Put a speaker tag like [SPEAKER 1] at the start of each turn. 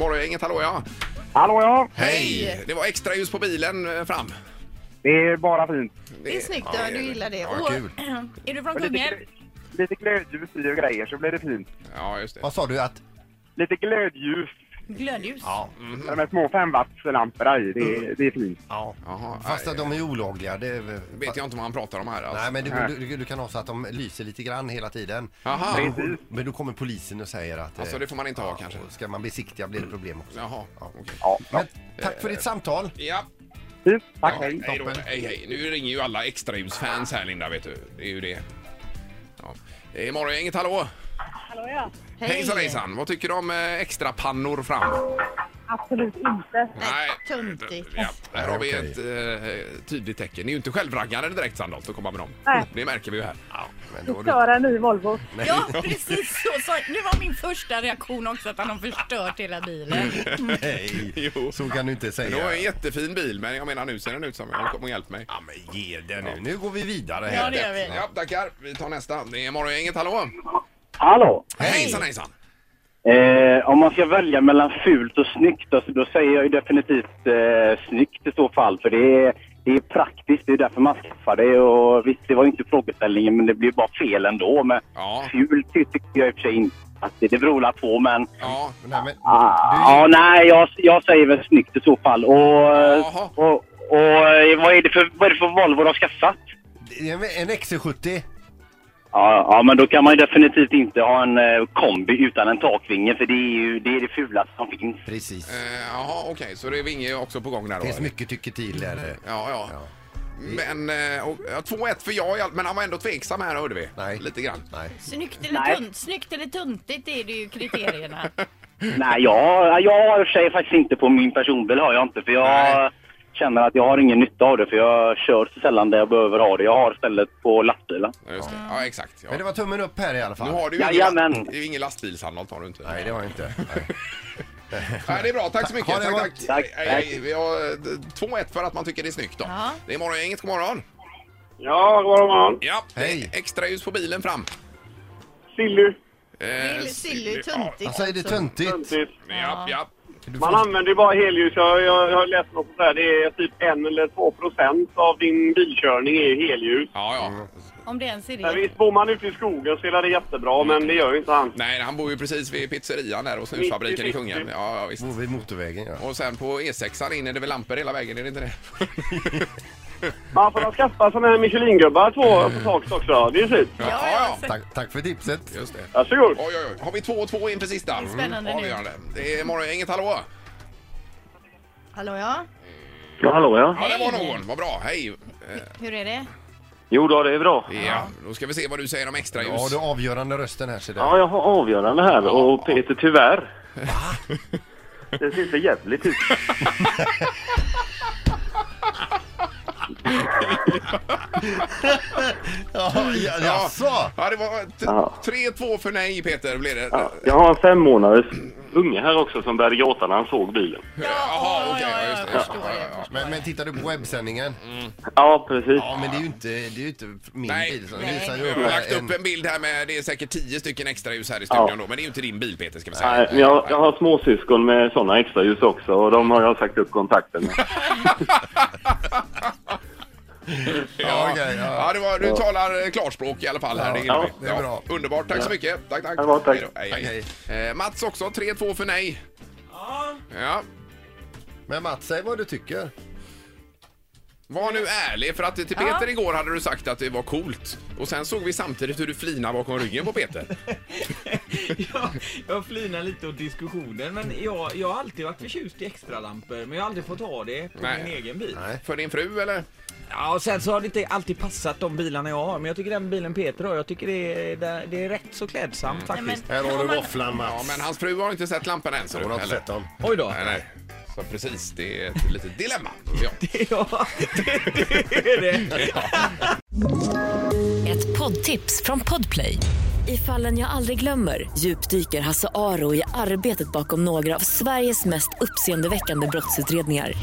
[SPEAKER 1] Morgongänget, hallå ja.
[SPEAKER 2] Hallå ja,
[SPEAKER 1] Hej!
[SPEAKER 3] Hej.
[SPEAKER 1] Det var extra ljus på bilen eh, fram.
[SPEAKER 2] det är bara fint.
[SPEAKER 3] Det är snyggt,
[SPEAKER 1] ja,
[SPEAKER 3] ja,
[SPEAKER 1] det är
[SPEAKER 3] du
[SPEAKER 1] det.
[SPEAKER 3] gillar det.
[SPEAKER 1] Ja,
[SPEAKER 3] Och-
[SPEAKER 4] kul.
[SPEAKER 3] Är du från
[SPEAKER 2] Och lite,
[SPEAKER 3] Kungälv?
[SPEAKER 2] glö- lite glödljus i och grejer så blir det fint.
[SPEAKER 1] Ja, just det.
[SPEAKER 4] Vad sa du att...
[SPEAKER 2] Lite glödljus
[SPEAKER 3] Glödljus?
[SPEAKER 2] med de här små femwattslamporna i, det, det är fint.
[SPEAKER 4] Ja.
[SPEAKER 1] Jaha,
[SPEAKER 4] Fast
[SPEAKER 1] nej,
[SPEAKER 4] att de är olagliga, det...
[SPEAKER 1] vet jag inte vad han pratar om här alltså.
[SPEAKER 4] Nej, men du, du, du kan ha så att de lyser lite grann hela tiden.
[SPEAKER 1] Jaha.
[SPEAKER 2] Precis.
[SPEAKER 4] Men då kommer polisen och säger att... eh,
[SPEAKER 1] Alltså, det får man inte ha,
[SPEAKER 4] ja,
[SPEAKER 1] kanske.
[SPEAKER 4] och Ska man besiktiga blir det problem också.
[SPEAKER 1] Jaha, okej.
[SPEAKER 2] Ja,
[SPEAKER 4] Men tack för ditt samtal.
[SPEAKER 1] Eh, Ja,
[SPEAKER 2] fint. Tack,
[SPEAKER 1] ja,
[SPEAKER 2] hej.
[SPEAKER 1] hej då. Hej, hej. Nu ringer ju alla extraljusfans här Linda, vet du. Det är ju det. Ja. Det är Morgongänget, hallå!
[SPEAKER 5] Hallå ja.
[SPEAKER 3] Hej.
[SPEAKER 1] Hejsan hejsan! Vad tycker du om eh, extra pannor fram?
[SPEAKER 5] Absolut inte.
[SPEAKER 1] Nej,
[SPEAKER 3] töntigt.
[SPEAKER 1] Ja, här har vi
[SPEAKER 4] Nej,
[SPEAKER 1] ett eh, tydligt tecken. Ni är ju inte självraggare direkt Sandholt att komma med dem.
[SPEAKER 5] Nej.
[SPEAKER 1] Det märker vi ju här.
[SPEAKER 4] Men då har du...
[SPEAKER 5] Köra en ny Volvo.
[SPEAKER 3] Ja, precis så sa Nu var min första reaktion också att han har förstört hela bilen.
[SPEAKER 4] Nej,
[SPEAKER 1] Jo.
[SPEAKER 4] så kan du inte
[SPEAKER 1] Det var en
[SPEAKER 4] säga.
[SPEAKER 1] jättefin bil, men jag menar nu ser den ut som... Kom och hjälp mig.
[SPEAKER 4] Ja, men ge den nu. Nu går vi vidare.
[SPEAKER 3] Ja,
[SPEAKER 4] här.
[SPEAKER 3] det gör vi.
[SPEAKER 1] Ja, tackar. Vi tar nästa. Det är Morgongänget, hallå!
[SPEAKER 6] Hallå!
[SPEAKER 1] Hej. Hejsan hejsan!
[SPEAKER 6] Eh, om man ska välja mellan fult och snyggt, alltså, då säger jag ju definitivt eh, snyggt i så fall. För det är, det är praktiskt, det är därför man skaffar det. Och visst, det var ju inte frågeställningen, men det blev bara fel ändå. Men
[SPEAKER 1] Ja.
[SPEAKER 6] fult tycker jag i och för sig inte att det, det beror la på, men...
[SPEAKER 1] Ja,
[SPEAKER 4] Nej, men,
[SPEAKER 6] Ah, ja, nej, jag, jag säger väl snyggt i så fall. Och,
[SPEAKER 1] Jaha.
[SPEAKER 6] och, och eh, vad, är det för, vad är det för Volvo de har skaffat?
[SPEAKER 4] du, en, en XC70.
[SPEAKER 6] Ja, ja, men då kan man ju definitivt inte ha en eh, kombi utan en takvinge, för det är ju det, är det fulaste som finns.
[SPEAKER 4] Precis.
[SPEAKER 1] eh, jaha, okej. Så det är Vinge också på gång där
[SPEAKER 4] Det
[SPEAKER 1] då?
[SPEAKER 4] finns
[SPEAKER 1] eller?
[SPEAKER 4] mycket tycke till där.
[SPEAKER 1] Ja, ja.
[SPEAKER 4] Ja.
[SPEAKER 1] Men eh, och, ja, 2-1 för jag i allt, men han var ändå tveksam här hörde vi.
[SPEAKER 4] Nej.
[SPEAKER 1] Lite grann.
[SPEAKER 4] Nej.
[SPEAKER 3] Snyggt eller,
[SPEAKER 6] Nej.
[SPEAKER 3] tunt, snyggt eller tuntigt är det ju kriterierna.
[SPEAKER 6] Nej, jag, jag har i och för sig faktiskt inte på min personbil har jag inte för jag
[SPEAKER 1] Nej.
[SPEAKER 6] känner att jag har ingen nytta av det för jag kör så sällan där jag behöver ha det. Jag har istället på lastbilen.
[SPEAKER 1] Ja, just det. ja exakt. Ja.
[SPEAKER 4] Men det var tummen upp här i alla
[SPEAKER 1] Nu
[SPEAKER 4] fall.
[SPEAKER 1] har du ju
[SPEAKER 6] Jajamän.
[SPEAKER 1] ingen, det är ju ingen lastbilshandlat har du inte.
[SPEAKER 4] Nej, det har jag inte. Nej.
[SPEAKER 1] Nej, det är bra, tack så mycket.
[SPEAKER 4] Ha det
[SPEAKER 1] Tack,
[SPEAKER 4] gott.
[SPEAKER 1] tack.
[SPEAKER 6] Tack,
[SPEAKER 1] Hej, hej. Vi har eh, 2-1 för att man tycker det är snyggt då.
[SPEAKER 3] Ja.
[SPEAKER 1] Det är morgongänget, god morgon.
[SPEAKER 2] Ja, god morgon.
[SPEAKER 1] Ja,
[SPEAKER 4] Hej.
[SPEAKER 1] hej. extra ljus på bilen fram.
[SPEAKER 2] Silly.
[SPEAKER 1] Eh,
[SPEAKER 3] Vill- Silly,
[SPEAKER 1] Ja,
[SPEAKER 3] tuntigt.
[SPEAKER 4] Alltså, är det
[SPEAKER 3] också.
[SPEAKER 4] töntigt?
[SPEAKER 1] ja, ja.
[SPEAKER 4] Du
[SPEAKER 2] Man
[SPEAKER 4] får...
[SPEAKER 2] använder ju bara helljus. Jag, jag, jag har läst något sånt där. Det är typ en eller två procent av din bilkörning är helljus.
[SPEAKER 1] ja, ja.
[SPEAKER 4] Mm.
[SPEAKER 3] Om det ens är
[SPEAKER 2] Men
[SPEAKER 3] det.
[SPEAKER 2] visst, bor man ute i skogen så är det jättebra, men det gör ju inte han.
[SPEAKER 1] Nej, han bor ju precis vid pizzerian där och snusfabriken i Kungälv. Ja, ja, visst.
[SPEAKER 4] Bor vid motorvägen, ja.
[SPEAKER 1] Och sen på E6 in är det väl lampor hela vägen, är det inte det?
[SPEAKER 2] Man får skaffa såna här Michelin-gubbar två på taket också. Det är fint.
[SPEAKER 1] ja.
[SPEAKER 3] så-
[SPEAKER 4] Tack, tack för tipset.
[SPEAKER 1] Just det.
[SPEAKER 2] Varsågod.
[SPEAKER 1] Oj, oj, oj. Har vi två och två inför sista? Mm,
[SPEAKER 3] Det är spännande nu.
[SPEAKER 1] Avgörande. Det är morgongänget, hallå!
[SPEAKER 3] Hallå ja,
[SPEAKER 6] Ja, hallå ja.
[SPEAKER 1] Ja, det var
[SPEAKER 3] Hej.
[SPEAKER 1] någon. Vad bra. Hej! Eh,
[SPEAKER 3] hur är det?
[SPEAKER 6] Jo då, det är bra.
[SPEAKER 1] Ja, då ska vi se vad du säger om extra ljus.
[SPEAKER 4] Ja, du har avgörande rösten här ser du.
[SPEAKER 6] jag har avgörande här och Peter tyvärr. Det ser för jävligt ut.
[SPEAKER 4] Ja, ja, jaså?
[SPEAKER 1] Ja, det var t-
[SPEAKER 6] Ja.
[SPEAKER 1] 3-2 för nej, Peter, blev det.
[SPEAKER 6] Jag har en fem månaders unge här också som började gråta när han såg bilen.
[SPEAKER 1] Jaha,
[SPEAKER 3] ja,
[SPEAKER 1] okej.
[SPEAKER 3] ja,
[SPEAKER 1] Ja, just det.
[SPEAKER 3] jag förstår det, jag förstår.
[SPEAKER 4] Men, men tittar du på webbsändningen?
[SPEAKER 6] Ja, precis.
[SPEAKER 4] Ja, men det är ju inte, det är ju inte min
[SPEAKER 1] Nej,
[SPEAKER 4] bil. som
[SPEAKER 3] nej.
[SPEAKER 4] visar ju
[SPEAKER 1] Jag
[SPEAKER 4] upp
[SPEAKER 1] har lagt upp
[SPEAKER 4] en-
[SPEAKER 1] en bild här med, det är säkert 10 stycken extra ljus här i studion då, men det är ju inte din bil Peter ska vi säga.
[SPEAKER 6] Nej, men jag, jag har småsyskon med sådana extra ljus också och de har jag sagt upp kontakten med.
[SPEAKER 1] Ja,
[SPEAKER 4] Ja, okej, ja.
[SPEAKER 1] ja, det var, du talar eh, klarspråk i alla fall här. det, gillar
[SPEAKER 6] Ja,
[SPEAKER 1] vi.
[SPEAKER 4] det är bra.
[SPEAKER 1] Underbart, tack så mycket. Tack, tack.
[SPEAKER 6] Ja, bra, tack.
[SPEAKER 1] Hej då. Hej, hej. Eh, Mats också, 3-2 för nej. Ja.
[SPEAKER 4] Men Mats, säg vad du tycker.
[SPEAKER 1] Var nu ärlig, för att till Peter
[SPEAKER 3] Ja.
[SPEAKER 1] igår hade du sagt att det var coolt. Och sen såg vi samtidigt hur du flinade bakom ryggen på Peter.
[SPEAKER 7] jag, jag flinar lite åt diskussionen, men jag, jag har alltid varit förtjust i extralampor, men jag har aldrig fått ha det på
[SPEAKER 1] Nej.
[SPEAKER 7] min egen bil.
[SPEAKER 4] Nej.
[SPEAKER 1] För din fru eller?
[SPEAKER 7] Ja, och sen så har det inte alltid passat de bilarna jag har, men jag tycker den bilen Peter har, jag tycker det är, det, det är rätt så
[SPEAKER 1] Mm.
[SPEAKER 7] klädsamt faktiskt.
[SPEAKER 3] Nej, men- Här har du
[SPEAKER 4] våfflan
[SPEAKER 1] Ja, men hans fru har inte sett lampan än.
[SPEAKER 4] Hon har inte sett dem.
[SPEAKER 7] Oj då!
[SPEAKER 1] Nej, nej. Så precis, det är ett litet dilemma. Ja.
[SPEAKER 7] Ja, det, det är det.
[SPEAKER 8] Ett poddtips från Podplay. I fallen jag aldrig glömmer djupdyker Hasse Aro i arbetet bakom några av Sveriges mest uppseendeväckande brottsutredningar.